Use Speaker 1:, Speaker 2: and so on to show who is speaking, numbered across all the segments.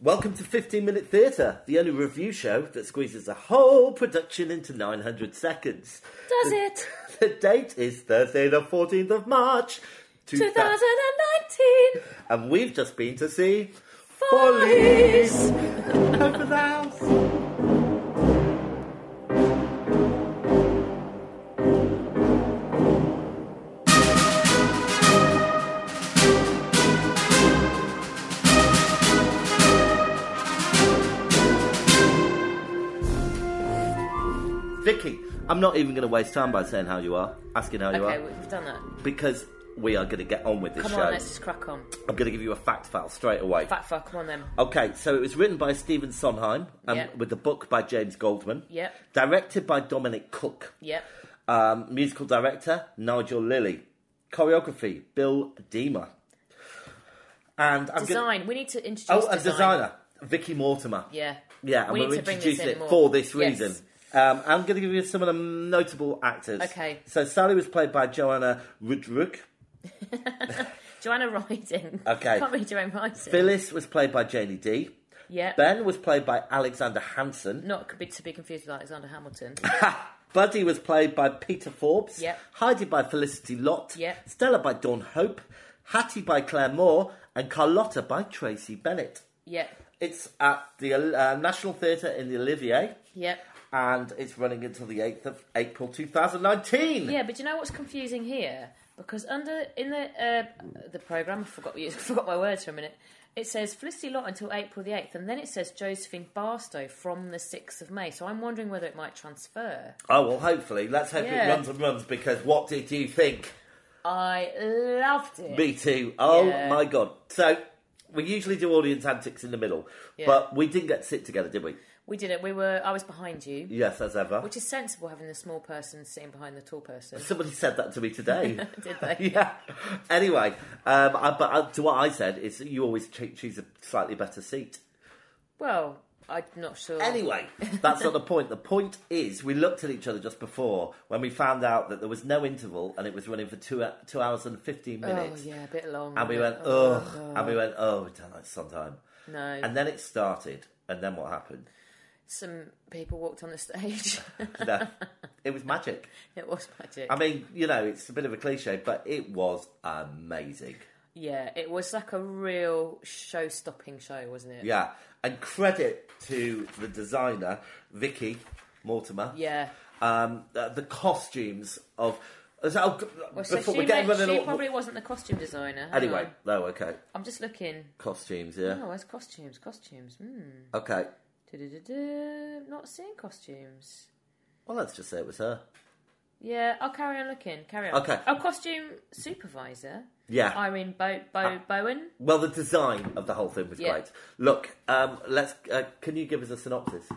Speaker 1: Welcome to 15 Minute Theatre, the only review show that squeezes a whole production into 900 seconds.
Speaker 2: Does it?
Speaker 1: The date is Thursday, the 14th of March, 2000,
Speaker 2: 2019.
Speaker 1: and we've just been to see
Speaker 2: Follies.
Speaker 1: Over the House. Vicky, I'm not even going to waste time by saying how you are, asking how you
Speaker 2: Okay,
Speaker 1: are,
Speaker 2: we've done that.
Speaker 1: because we are going to get on with this
Speaker 2: Come
Speaker 1: show.
Speaker 2: on, let's just crack on.
Speaker 1: I'm going to give you a fact file straight away.
Speaker 2: Fat fuck, come on then.
Speaker 1: Okay, so it was written by Stephen Sondheim um,
Speaker 2: Yeah.
Speaker 1: with the book by James Goldman.
Speaker 2: Yep.
Speaker 1: Directed by Dominic Cook.
Speaker 2: Yep.
Speaker 1: Um, musical director, Nigel Lilly. Choreography, Bill Deemer. And I'm gonna-
Speaker 2: Design. We need to introduce
Speaker 1: oh, and
Speaker 2: design.
Speaker 1: designer, Vicky Mortimer.
Speaker 2: Yeah.
Speaker 1: Yeah, and
Speaker 2: we
Speaker 1: we're
Speaker 2: need to bring this
Speaker 1: introducing
Speaker 2: in
Speaker 1: it
Speaker 2: more.
Speaker 1: for this
Speaker 2: Yes.
Speaker 1: reason. Um, I'm going to give you some of the notable actors.
Speaker 2: Okay.
Speaker 1: So Sally was played by Joanna Rudruk.
Speaker 2: Joanna Riding.
Speaker 1: Okay.
Speaker 2: Can't be Joanna Riding.
Speaker 1: Phyllis was played by Janie D.
Speaker 2: yeah.
Speaker 1: Ben was played by Alexander Hansen.
Speaker 2: Not could be, to be confused with Alexander Hamilton.
Speaker 1: Buddy was played by Peter Forbes.
Speaker 2: Yep.
Speaker 1: Heidi by Felicity Lott.
Speaker 2: Yep.
Speaker 1: Stella by Dawn Hope. Hattie by Claire Moore. And Carlotta by Tracy Bennett.
Speaker 2: yep.
Speaker 1: It's at the uh, National Theatre in the Olivier.
Speaker 2: Yep.
Speaker 1: And it's running until the 8th of April 2019.
Speaker 2: Yeah, but you know what's confusing here? Because under in the uh, the program, I forgot I forgot my words for a minute. It says Felicity Lott until April the eighth, and then it says Josephine Barstow from the sixth of May. So I'm wondering whether it might transfer.
Speaker 1: Oh, well, hopefully. Let's hope it
Speaker 2: Yeah.
Speaker 1: runs and runs because what did you think?
Speaker 2: I loved it.
Speaker 1: Me too. Oh
Speaker 2: Yeah.
Speaker 1: my god. So, we usually do audience antics in the middle,
Speaker 2: Yeah.
Speaker 1: but we didn't get to sit together, did we?
Speaker 2: We did it. We were. I was behind you,
Speaker 1: Yes, as ever.
Speaker 2: which is sensible having the small person sitting behind the tall person.
Speaker 1: Somebody said that to me today.
Speaker 2: Did they?
Speaker 1: yeah. Anyway, um, I, but uh to what I said is that you always cho- choose a slightly better seat.
Speaker 2: Well, I'm not sure.
Speaker 1: Anyway, that's not the point. The point is, we looked at each other just before when we found out that there was no interval and it was running for two, two hours and 15
Speaker 2: oh
Speaker 1: minutes.
Speaker 2: yeah, Oh, a bit long.
Speaker 1: And we went, ugh. And we went, oh, we don't like sometime.
Speaker 2: No.
Speaker 1: And then it started. And then what happened?
Speaker 2: Some people walked on the stage.
Speaker 1: No, it was magic.
Speaker 2: it was magic.
Speaker 1: I mean, you know, it's a bit of a cliche, but it was amazing.
Speaker 2: Yeah, it was like a real show-stopping show, wasn't it?
Speaker 1: Yeah, and credit to the designer Vicky Mortimer.
Speaker 2: Yeah.
Speaker 1: Um, uh, the costumes of. uh, so, oh, g-
Speaker 2: So
Speaker 1: before
Speaker 2: she,
Speaker 1: we get
Speaker 2: may-
Speaker 1: running
Speaker 2: she
Speaker 1: all-
Speaker 2: probably wasn't the costume designer. Hang
Speaker 1: Anyway,
Speaker 2: on.
Speaker 1: no, okay.
Speaker 2: I'm just looking.
Speaker 1: Costumes, yeah.
Speaker 2: Oh, where's costumes? Costumes. Hmm.
Speaker 1: Okay.
Speaker 2: Du-du-du-du. Not seeing costumes.
Speaker 1: Well, let's just say it was her.
Speaker 2: Yeah, I'll carry on looking. Carry on.
Speaker 1: Okay.
Speaker 2: Our costume supervisor,
Speaker 1: Yeah.
Speaker 2: Irene Bo- Bo-
Speaker 1: Ah.
Speaker 2: Bowen.
Speaker 1: Well, the design of the whole thing was
Speaker 2: Yeah.
Speaker 1: great. Look, um, let's. Uh, can you give us a synopsis?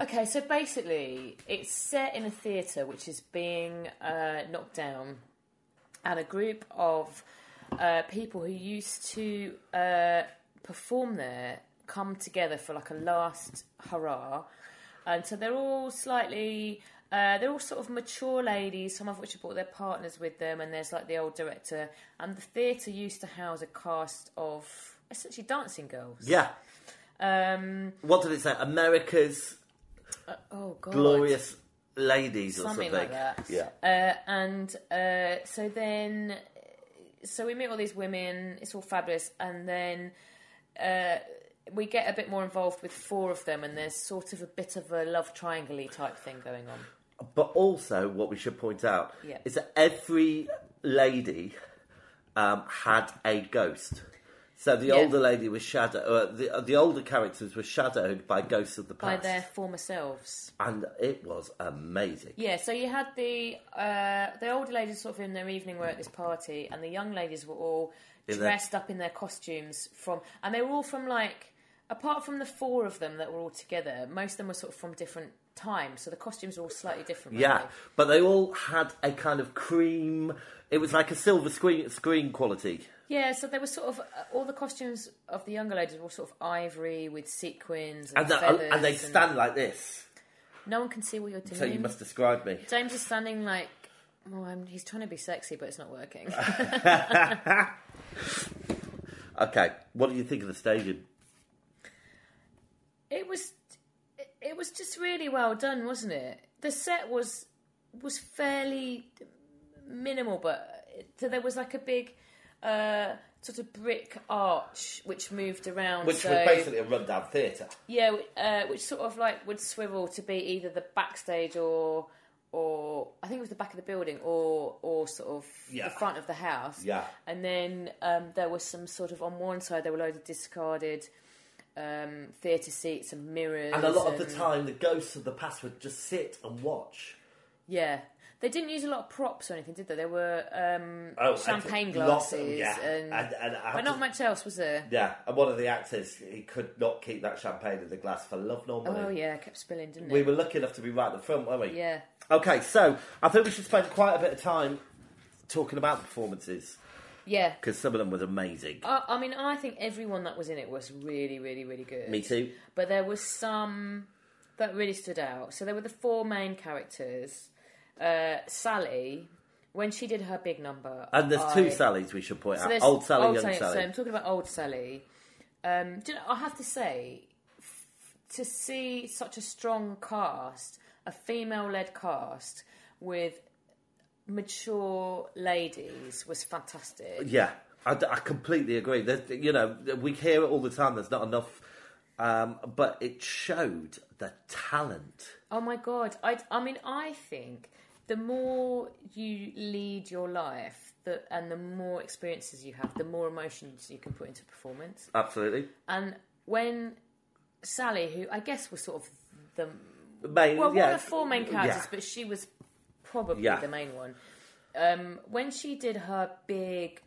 Speaker 2: Okay, so basically, it's set in a theatre which is being uh, knocked down, and a group of uh, people who used to uh, perform there come together for like a last hurrah, and so they're all slightly. Uh, they're all sort of mature ladies, some of which have brought their partners with them, and there's like the old director. And the theatre used to house a cast of essentially dancing girls.
Speaker 1: Yeah.
Speaker 2: Um,
Speaker 1: What did it say? America's
Speaker 2: oh God,
Speaker 1: glorious ladies or something.
Speaker 2: something like that.
Speaker 1: Yeah.
Speaker 2: Uh, and uh, so then, so we meet all these women. It's all fabulous, and then uh, we get a bit more involved with four of them, and there's sort of a bit of a love triangle type thing going on.
Speaker 1: But also, what we should point out
Speaker 2: Yeah.
Speaker 1: is that every lady um, had a ghost. So the
Speaker 2: Yeah.
Speaker 1: older lady was shadow. Uh, the uh, the older characters were shadowed by ghosts of the
Speaker 2: By
Speaker 1: past,
Speaker 2: their former selves,
Speaker 1: and it was amazing.
Speaker 2: yeah. So you had the uh, the older ladies sort of in their evening wear at this party, and the young ladies were all
Speaker 1: In their-
Speaker 2: dressed up in their costumes from, and they were all from like apart from the four of them that were all together, most of them were sort of from different times, so the costumes were all slightly different. weren't
Speaker 1: Yeah, but they all had a kind of cream. It was like a silver screen screen quality.
Speaker 2: they? yeah. So they were sort of uh, all the costumes of the younger ladies were sort of ivory with sequins and,
Speaker 1: And, that,
Speaker 2: feathers,
Speaker 1: and they stand like this.
Speaker 2: No one can see what you're doing.
Speaker 1: So you must describe me.
Speaker 2: James is standing like. Well, I'm, he's trying to be sexy, but it's not working.
Speaker 1: Okay, what do you think of the staging?
Speaker 2: It was it was just really well done, wasn't it? The set was was fairly minimal, but so there was like a big uh, sort of brick arch which moved around.
Speaker 1: Which
Speaker 2: so,
Speaker 1: was basically a rundown theatre.
Speaker 2: yeah, uh, which sort of like would swivel to be either the backstage or or I think it was the back of the building or or sort of
Speaker 1: Yeah.
Speaker 2: the front of the house.
Speaker 1: Yeah.
Speaker 2: And then um, there was some sort of on one side there were loads of discarded um, theatre seats and mirrors.
Speaker 1: And a lot of the
Speaker 2: and-
Speaker 1: time, the ghosts of the past would just sit and watch.
Speaker 2: Yeah. They didn't use a lot of props or anything, did they? There were um,
Speaker 1: Oh, and
Speaker 2: champagne
Speaker 1: lots
Speaker 2: glasses
Speaker 1: of- yeah.
Speaker 2: and,
Speaker 1: And- and I
Speaker 2: but
Speaker 1: have
Speaker 2: not
Speaker 1: to-
Speaker 2: much else was there.
Speaker 1: Yeah, and one of the actors, he could not keep that champagne in the glass for love nor money.
Speaker 2: Oh yeah, it kept spilling, didn't
Speaker 1: We
Speaker 2: it?
Speaker 1: were lucky enough to be right at the front, weren't we?
Speaker 2: Yeah.
Speaker 1: Okay, so I think we should spend quite a bit of time talking about performances
Speaker 2: Yeah.
Speaker 1: because some of them were amazing.
Speaker 2: I, I mean, I think everyone that was in it was really, really, really good.
Speaker 1: Me too.
Speaker 2: But there was some that really stood out. So there were the four main characters. Uh, Sally, when she did her big number,
Speaker 1: And there's two
Speaker 2: I-
Speaker 1: Sallys we should point
Speaker 2: So
Speaker 1: out
Speaker 2: there's
Speaker 1: Uh, old Sally, young Sally.
Speaker 2: So I'm talking about old Sally. Um, do you know, I have to say, f- to see such a strong cast, a female-led cast with mature ladies was fantastic.
Speaker 1: Yeah, I, I completely agree. There's, you know, we hear it all the time. There's not enough, um, but it showed the talent.
Speaker 2: Oh my god! I, I mean, I think the more you lead your life, the, and the more experiences you have, the more emotions you can put into performance.
Speaker 1: Absolutely.
Speaker 2: And when Sally, who I guess was sort of the
Speaker 1: Main,
Speaker 2: well,
Speaker 1: yeah,
Speaker 2: one of four main characters,
Speaker 1: yeah.
Speaker 2: but she was probably
Speaker 1: Yeah.
Speaker 2: the main one. Um, when she did her big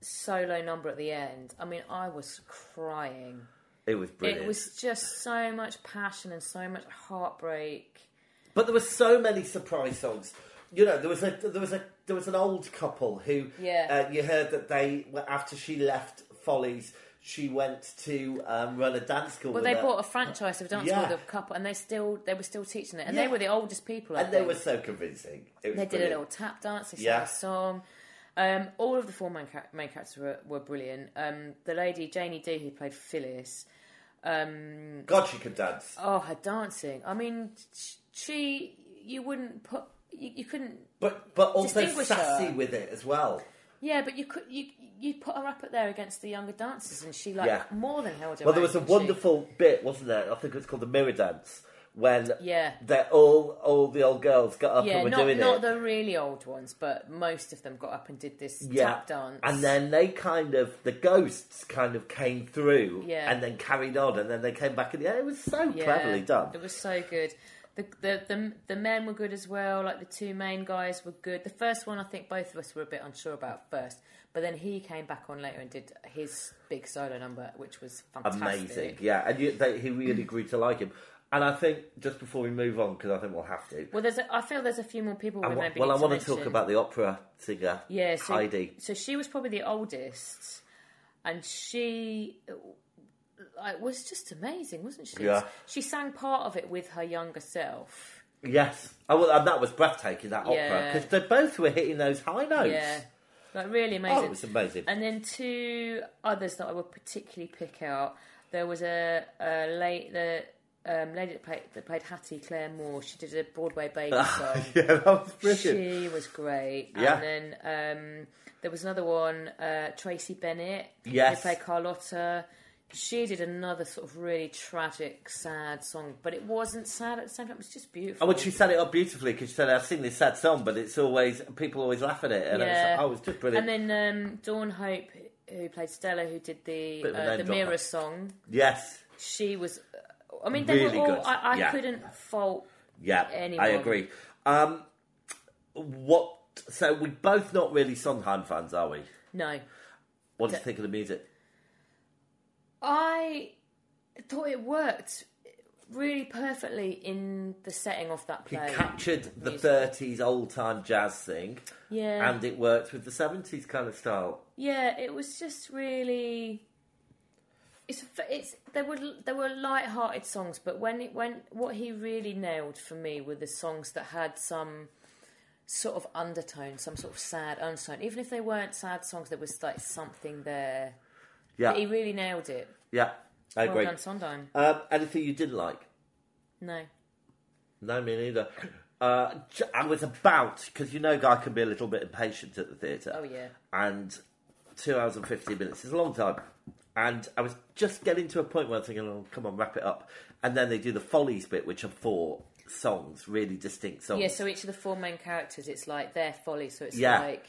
Speaker 2: solo number at the end, I mean, I was crying.
Speaker 1: It was brilliant.
Speaker 2: It was just so much passion and so much heartbreak.
Speaker 1: But there were so many surprise songs. You know, there was a there was a there was an old couple who
Speaker 2: Yeah.
Speaker 1: uh, you heard that they were after she left Follies, she went to um, run a dance school.
Speaker 2: Well,
Speaker 1: with
Speaker 2: they
Speaker 1: her.
Speaker 2: bought a franchise of dance
Speaker 1: Yeah.
Speaker 2: with a couple, and they still they were still teaching it, and
Speaker 1: Yeah.
Speaker 2: they were the oldest people. I
Speaker 1: and they
Speaker 2: think.
Speaker 1: were so convincing. It was
Speaker 2: They did a
Speaker 1: brilliant.
Speaker 2: little tap dance. They sang
Speaker 1: Yeah.
Speaker 2: a song. Um, all of the four main, char- main characters were, were brilliant. Um, the lady Janie D, who played Phyllis, um,
Speaker 1: God, she could dance,
Speaker 2: oh her dancing. I mean, sh- she you wouldn't put you, you couldn't.
Speaker 1: but but also
Speaker 2: Distinguish
Speaker 1: sassy
Speaker 2: her.
Speaker 1: with it as well.
Speaker 2: Yeah, but you could you you put her up there against the younger dancers, and she like
Speaker 1: Yeah.
Speaker 2: more than held her.
Speaker 1: Well, there
Speaker 2: own,
Speaker 1: was a
Speaker 2: didn't she?
Speaker 1: wonderful bit, wasn't there? I think it was called the mirror dance when
Speaker 2: Yeah.
Speaker 1: they're all all the old girls got up
Speaker 2: Yeah,
Speaker 1: and were
Speaker 2: not,
Speaker 1: doing
Speaker 2: not
Speaker 1: it.
Speaker 2: the really old ones, but most of them got up and did this tap dance.
Speaker 1: And then they kind of the ghosts kind of came through
Speaker 2: Yeah.
Speaker 1: and then carried on and then they came back at the end. It was so
Speaker 2: Yeah,
Speaker 1: cleverly done.
Speaker 2: It was so good. The, the the the men were good as well. Like the two main guys were good. The first one, I think both of us were a bit unsure about first, but then he came back on later and did his big solo number, which was fantastic.
Speaker 1: Amazing. Yeah. And you, they, he really grew to like him. And I think just before we move on, because I think we'll have to.
Speaker 2: Well, there's a, I feel there's a few more people we
Speaker 1: I wa-
Speaker 2: maybe.
Speaker 1: well, I
Speaker 2: need
Speaker 1: want to
Speaker 2: mention.
Speaker 1: talk about the opera singer,
Speaker 2: yeah, so,
Speaker 1: Heidi.
Speaker 2: So she was probably the oldest, and she like was just amazing, wasn't she?
Speaker 1: Yeah.
Speaker 2: She sang part of it with her younger self.
Speaker 1: Yes. Oh, well, and that was breathtaking, that opera,
Speaker 2: Yeah.
Speaker 1: because they both were hitting those high notes.
Speaker 2: Yeah, like really amazing.
Speaker 1: Oh, it was amazing.
Speaker 2: And then two others that I would particularly pick out. There was a, a late the um, lady that played, that played Hattie Claire Moore. She did a Broadway baby song.
Speaker 1: yeah, that was brilliant.
Speaker 2: she was great.
Speaker 1: Yeah.
Speaker 2: And then um, there was another one, uh, Tracy Bennett.
Speaker 1: Yes.
Speaker 2: Who played Carlotta. She did another sort of really tragic, sad song, but it wasn't sad at the same time. It was just beautiful.
Speaker 1: Oh, well, she set it up beautifully because she said, I've seen this sad song, but it's always, people always laugh at it. And
Speaker 2: Yeah.
Speaker 1: I was like, oh, it's just brilliant.
Speaker 2: And then um, Dawn Hope, who played Stella, who did the
Speaker 1: Bit of a
Speaker 2: uh,
Speaker 1: name
Speaker 2: the
Speaker 1: drop
Speaker 2: mirror
Speaker 1: there.
Speaker 2: song.
Speaker 1: yes.
Speaker 2: She was. I mean, they
Speaker 1: Really
Speaker 2: were all.
Speaker 1: good.
Speaker 2: I, I
Speaker 1: Yeah.
Speaker 2: couldn't fault.
Speaker 1: Yeah. I
Speaker 2: Anyone.
Speaker 1: agree. Um, what, so we're both not really Sondheim fans, are we?
Speaker 2: No,
Speaker 1: What do you think of the music?
Speaker 2: I thought it worked really perfectly in the setting of that
Speaker 1: He
Speaker 2: play.
Speaker 1: captured the
Speaker 2: music.
Speaker 1: 30s old time jazz thing
Speaker 2: yeah,
Speaker 1: and it worked with the 70s kind of style.
Speaker 2: yeah. It was just really. It's it's there were there were light-hearted songs, but when it when what he really nailed for me were the songs that had some sort of undertone, some sort of sad undertone. Even if they weren't sad songs, there was like something there.
Speaker 1: Yeah.
Speaker 2: He really nailed it.
Speaker 1: Yeah. I
Speaker 2: Well
Speaker 1: agree.
Speaker 2: done, Sondheim.
Speaker 1: Um, anything you didn't like?
Speaker 2: No.
Speaker 1: No, me neither. Uh, j- I was about because you know, guy can be a little bit impatient at the theatre.
Speaker 2: Oh, yeah.
Speaker 1: And two hours and fifteen minutes is a long time. And I was just getting to a point where I was thinking, "Oh, come on, wrap it up." And then they do the follies bit, which are four songs, really distinct songs.
Speaker 2: Yeah, so each of the four main characters, it's like their folly. So it's
Speaker 1: Yeah.
Speaker 2: like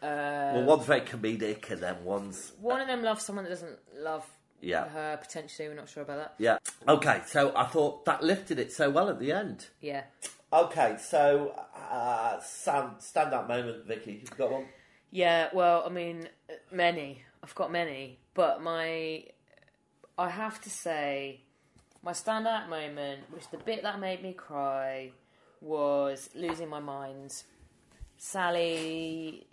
Speaker 2: uh,
Speaker 1: well, one's very comedic, and then one's
Speaker 2: one of them loves someone that doesn't love
Speaker 1: Yeah.
Speaker 2: her, potentially. We're not sure about that.
Speaker 1: yeah. Okay, so I thought that lifted it so well at the end.
Speaker 2: Yeah.
Speaker 1: Okay, so uh, stand stand up moment, Vicky. You've got one.
Speaker 2: Yeah, well, I mean, many. I've got many. But my. I have to say, my standout moment, which the bit that made me cry, was Losing My Mind. Sally's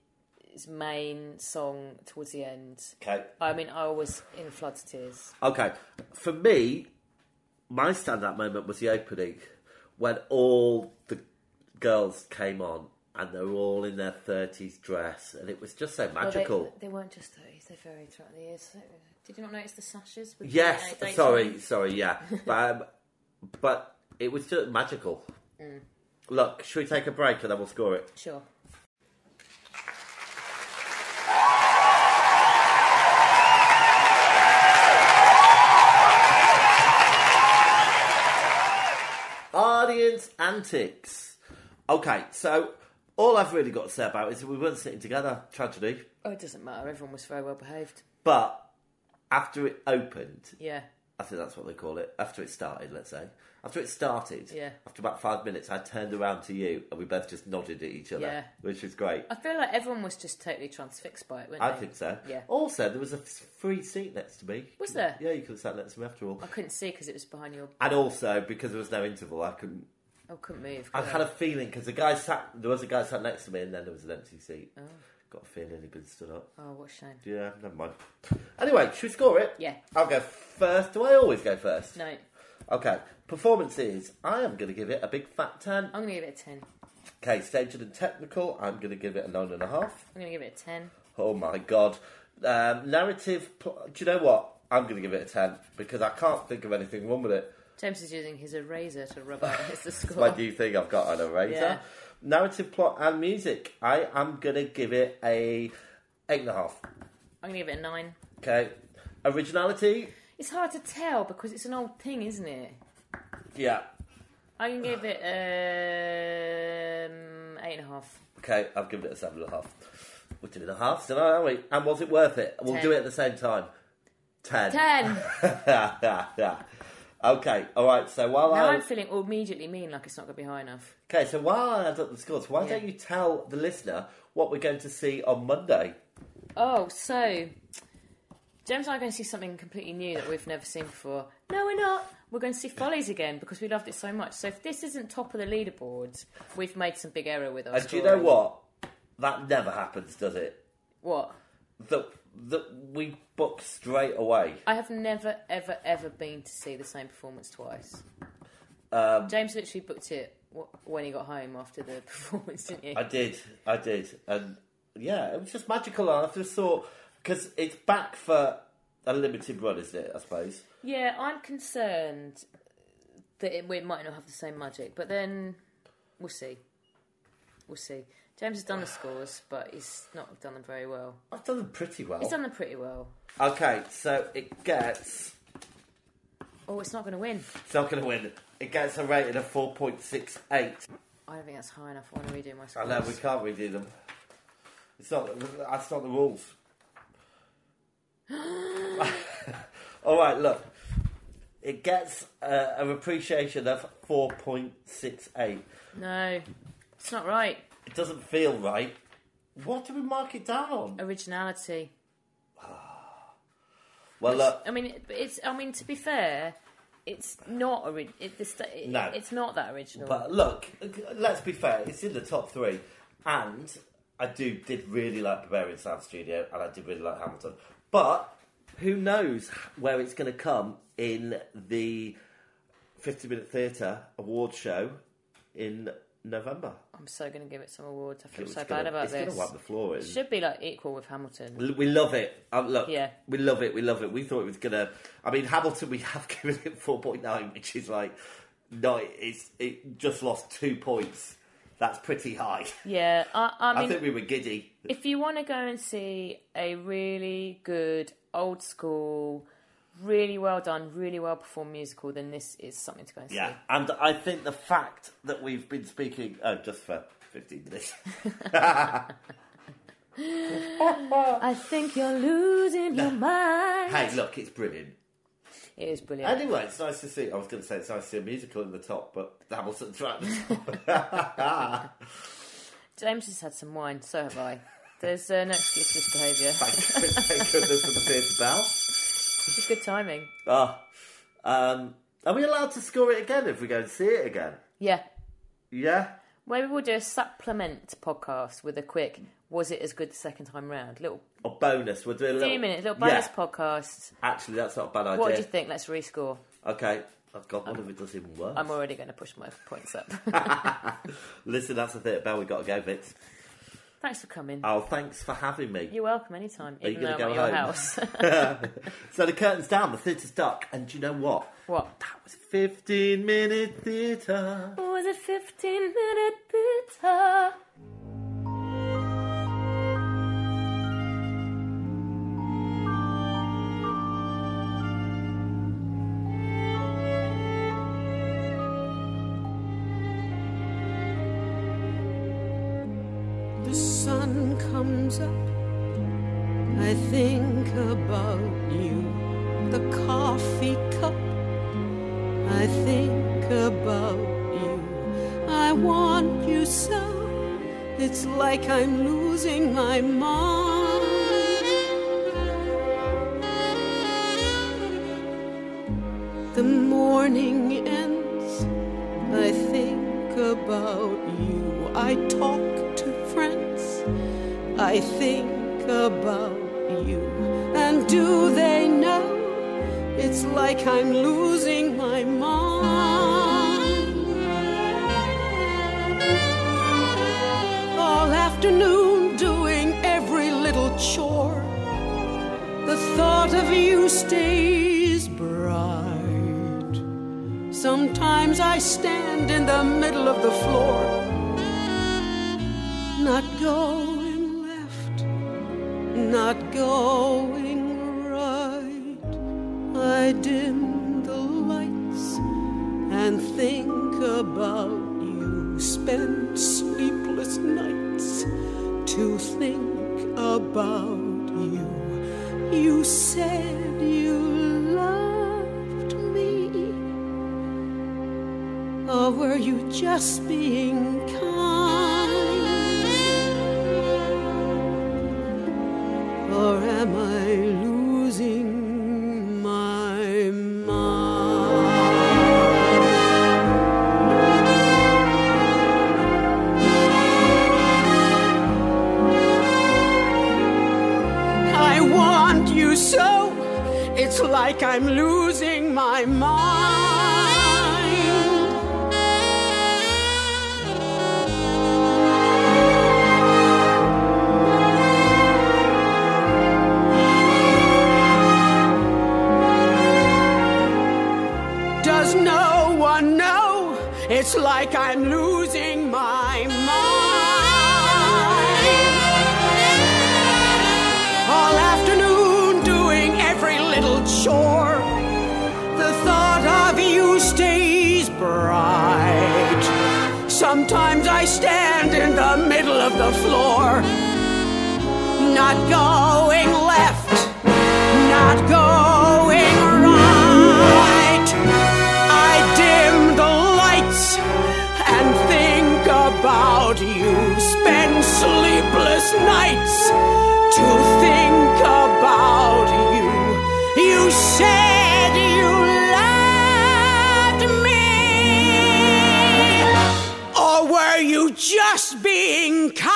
Speaker 2: main song towards the end.
Speaker 1: Okay.
Speaker 2: I mean, I was in floods of tears.
Speaker 1: Okay. For me, my stand-up moment was the opening when all the girls came on and they were all in their 30s dress and it was just so
Speaker 2: Well, they-
Speaker 1: magical.
Speaker 2: They, weren't just 30s, they varied throughout the years. Did you not notice the sashes? with the uh,
Speaker 1: yes,
Speaker 2: dates on
Speaker 1: sorry,
Speaker 2: them?
Speaker 1: sorry, yeah. but, um, but it was just magical. Look, should we take a break and then we'll score it?
Speaker 2: Sure.
Speaker 1: Audience antics. Okay, so all I've really got to say about it is we weren't sitting together, tragedy.
Speaker 2: Oh, it doesn't matter, everyone was very well behaved.
Speaker 1: But after it opened,
Speaker 2: Yeah.
Speaker 1: I think that's what they call it. After it started, let's say. After it started,
Speaker 2: Yeah.
Speaker 1: after about five minutes, I turned around to you and we both just nodded at each other,
Speaker 2: Yeah.
Speaker 1: which was great.
Speaker 2: I feel like everyone was just totally transfixed by it, weren't
Speaker 1: I
Speaker 2: they?
Speaker 1: think so.
Speaker 2: Yeah.
Speaker 1: Also, there was a f- free seat next to me.
Speaker 2: Was there?
Speaker 1: Yeah, you could have sat next to me after all.
Speaker 2: I couldn't see because it was behind your.
Speaker 1: And also, because there was no interval, I couldn't.
Speaker 2: I couldn't move.
Speaker 1: I
Speaker 2: could
Speaker 1: had a feeling because the guy sat. There was a guy sat next to me, and then there was an empty seat. Got a feeling he'd been stood up.
Speaker 2: Oh, what a shame.
Speaker 1: Yeah, never mind. Anyway, should we score it?
Speaker 2: Yeah.
Speaker 1: I'll go first. Do I always go first?
Speaker 2: No,
Speaker 1: Okay. Performances. I am going to give it a big fat ten.
Speaker 2: I'm going to give it a 10. I'm
Speaker 1: Okay, staged and technical, I'm going to give it a nine and a half.
Speaker 2: going to give it a 10.
Speaker 1: Oh my god. Um, narrative, pl- do you know what? I'm going to give it a 10 because I can't think of anything wrong with it.
Speaker 2: James is using his eraser to rub out his the
Speaker 1: It's
Speaker 2: score.
Speaker 1: my new thing I've got on a razor.
Speaker 2: Yeah.
Speaker 1: Narrative, plot, and music. I am going to give it a eight and a half.
Speaker 2: I'm going to give it a 9.
Speaker 1: Okay. Originality,
Speaker 2: It's hard to tell because it's an old thing, isn't it?
Speaker 1: yeah.
Speaker 2: I can give it um, 8.5.
Speaker 1: Okay, I've given it a seven and a half. We're two and a half tonight, aren't we? And was it worth it? We'll
Speaker 2: 10.
Speaker 1: do it at the same time. 10.
Speaker 2: 10!
Speaker 1: okay, alright, so while
Speaker 2: now
Speaker 1: I.
Speaker 2: I'm feeling immediately mean like it's not going to be high enough.
Speaker 1: Okay, so while I add up the scores, why don't you tell the listener what we're going to see on Monday?
Speaker 2: Oh, so James and I are going to see something completely new that we've never seen before. No, we're not. We're going to see Follies again because we loved it so much. So if this isn't top of the leaderboard, we've made some big error with us.
Speaker 1: And do you know what? That never happens, does it?
Speaker 2: What?
Speaker 1: That that we book straight away.
Speaker 2: I have never, ever, ever been to see the same performance twice.
Speaker 1: Um,
Speaker 2: James literally booked it wh- when he got home after the performance, didn't you?
Speaker 1: I did, I did, and yeah, it was just magical. And I just thought because it's back for a limited run, isn't it? I suppose.
Speaker 2: Yeah, I'm concerned that it, we might not have the same magic, but then we'll see. We'll see. James has done the scores, but he's not done them very well.
Speaker 1: I've done them pretty well.
Speaker 2: He's done them pretty well.
Speaker 1: Okay, so it gets.
Speaker 2: Oh, it's not going to win.
Speaker 1: It's not going to win. It gets a rating of four point six eight.
Speaker 2: I don't think that's high enough. I want to redo my
Speaker 1: I
Speaker 2: scores.
Speaker 1: know we can't redo them. It's not. That's not the rules. All right, look. It gets uh, an appreciation of four point six eight.
Speaker 2: No, it's not right.
Speaker 1: It doesn't feel right. What do we mark it down on?
Speaker 2: Originality.
Speaker 1: Well, look.
Speaker 2: I mean, it- it's. I mean, to be fair, it's not. Ori- it, this, it,
Speaker 1: No.
Speaker 2: it's not that original.
Speaker 1: But look, let's be fair. It's in the top three, and I do did really like Barbarian Sound Studio, and I did really like Hamilton. But who knows where it's going to come in the fifty-minute theatre award show in November.
Speaker 2: I'm so going to give it some awards. I feel
Speaker 1: It's
Speaker 2: so
Speaker 1: gonna-
Speaker 2: bad about
Speaker 1: it's gonna
Speaker 2: this.
Speaker 1: wipe the floor in.
Speaker 2: Should be like equal with Hamilton.
Speaker 1: L- We love it. Um, look,
Speaker 2: Yeah.
Speaker 1: we love it. We love it. We thought it was gonna. I mean, Hamilton. We have given it four point nine, which is like no. It's it just lost two points. That's pretty high.
Speaker 2: Yeah, I, I
Speaker 1: I,
Speaker 2: mean,
Speaker 1: think we were giddy.
Speaker 2: if you want to go and see a really good old school, really well done, really well performed musical, then this is something to go and see.
Speaker 1: Yeah, and I think the fact that we've been speaking oh, just for fifteen minutes.
Speaker 2: I think you're losing your mind.
Speaker 1: hey, look, it's brilliant.
Speaker 2: It is brilliant.
Speaker 1: Anyway, it's nice to see. I was going to say it's nice to see a musical in the top, but Hamilton's right at the top.
Speaker 2: James has had some wine, so have I. There's uh, no excuse for this behaviour.
Speaker 1: thank, thank goodness for the theatre bell.
Speaker 2: It's good timing.
Speaker 1: Oh, um, are we allowed to score it again if we go and see it again?
Speaker 2: Yeah.
Speaker 1: Yeah.
Speaker 2: Maybe we'll do a supplement podcast with a quick, was it as good the second time round? Little
Speaker 1: A bonus. We'll do a little.
Speaker 2: few minutes, little bonus
Speaker 1: Yeah.
Speaker 2: podcast.
Speaker 1: Actually, that's not a bad idea.
Speaker 2: What do you think? Let's rescore.
Speaker 1: Okay. Oh God, what if it does even worse?
Speaker 2: I'm already going to push my points up.
Speaker 1: Listen, that's the theatre bell. We got to go, Vix.
Speaker 2: Thanks for coming.
Speaker 1: Oh, thanks for having me.
Speaker 2: You're welcome anytime,
Speaker 1: you
Speaker 2: even though
Speaker 1: gonna
Speaker 2: I'm
Speaker 1: go
Speaker 2: at your
Speaker 1: home?
Speaker 2: house.
Speaker 1: so the curtain's down. The theatre's dark. And do you know what?
Speaker 2: what?
Speaker 1: That was fifteen minute theatre.
Speaker 2: Was it 15 minute bitter?
Speaker 3: the sun comes up, I think about you. The coffee cup, I think about you. I want you so, it's like I'm losing my mind. The morning ends. I think about you. I talk to friends. I think about you. And do they know? It's like I'm losing my mind. All afternoon doing every little chore. The thought of you stays bright. Sometimes I stand in the middle of the floor, not going left, not going right. I dim the lights and think about you. Spend sleepless nights to think about you. You said you loved me. Or were you just being kind? Or am I losing my mind? I want you so, it's like I'm losing my mind. Does no one know? It's like I'm losing my mind all afternoon doing every little chore. The thought of you stays bright. Sometimes I stand in the middle of the floor, not going left, not going right. I dim the lights and think about you. Spend sleepless nights to think about you. You said you loved me. Or were you just being kind?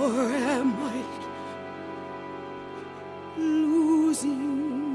Speaker 3: Or am I losing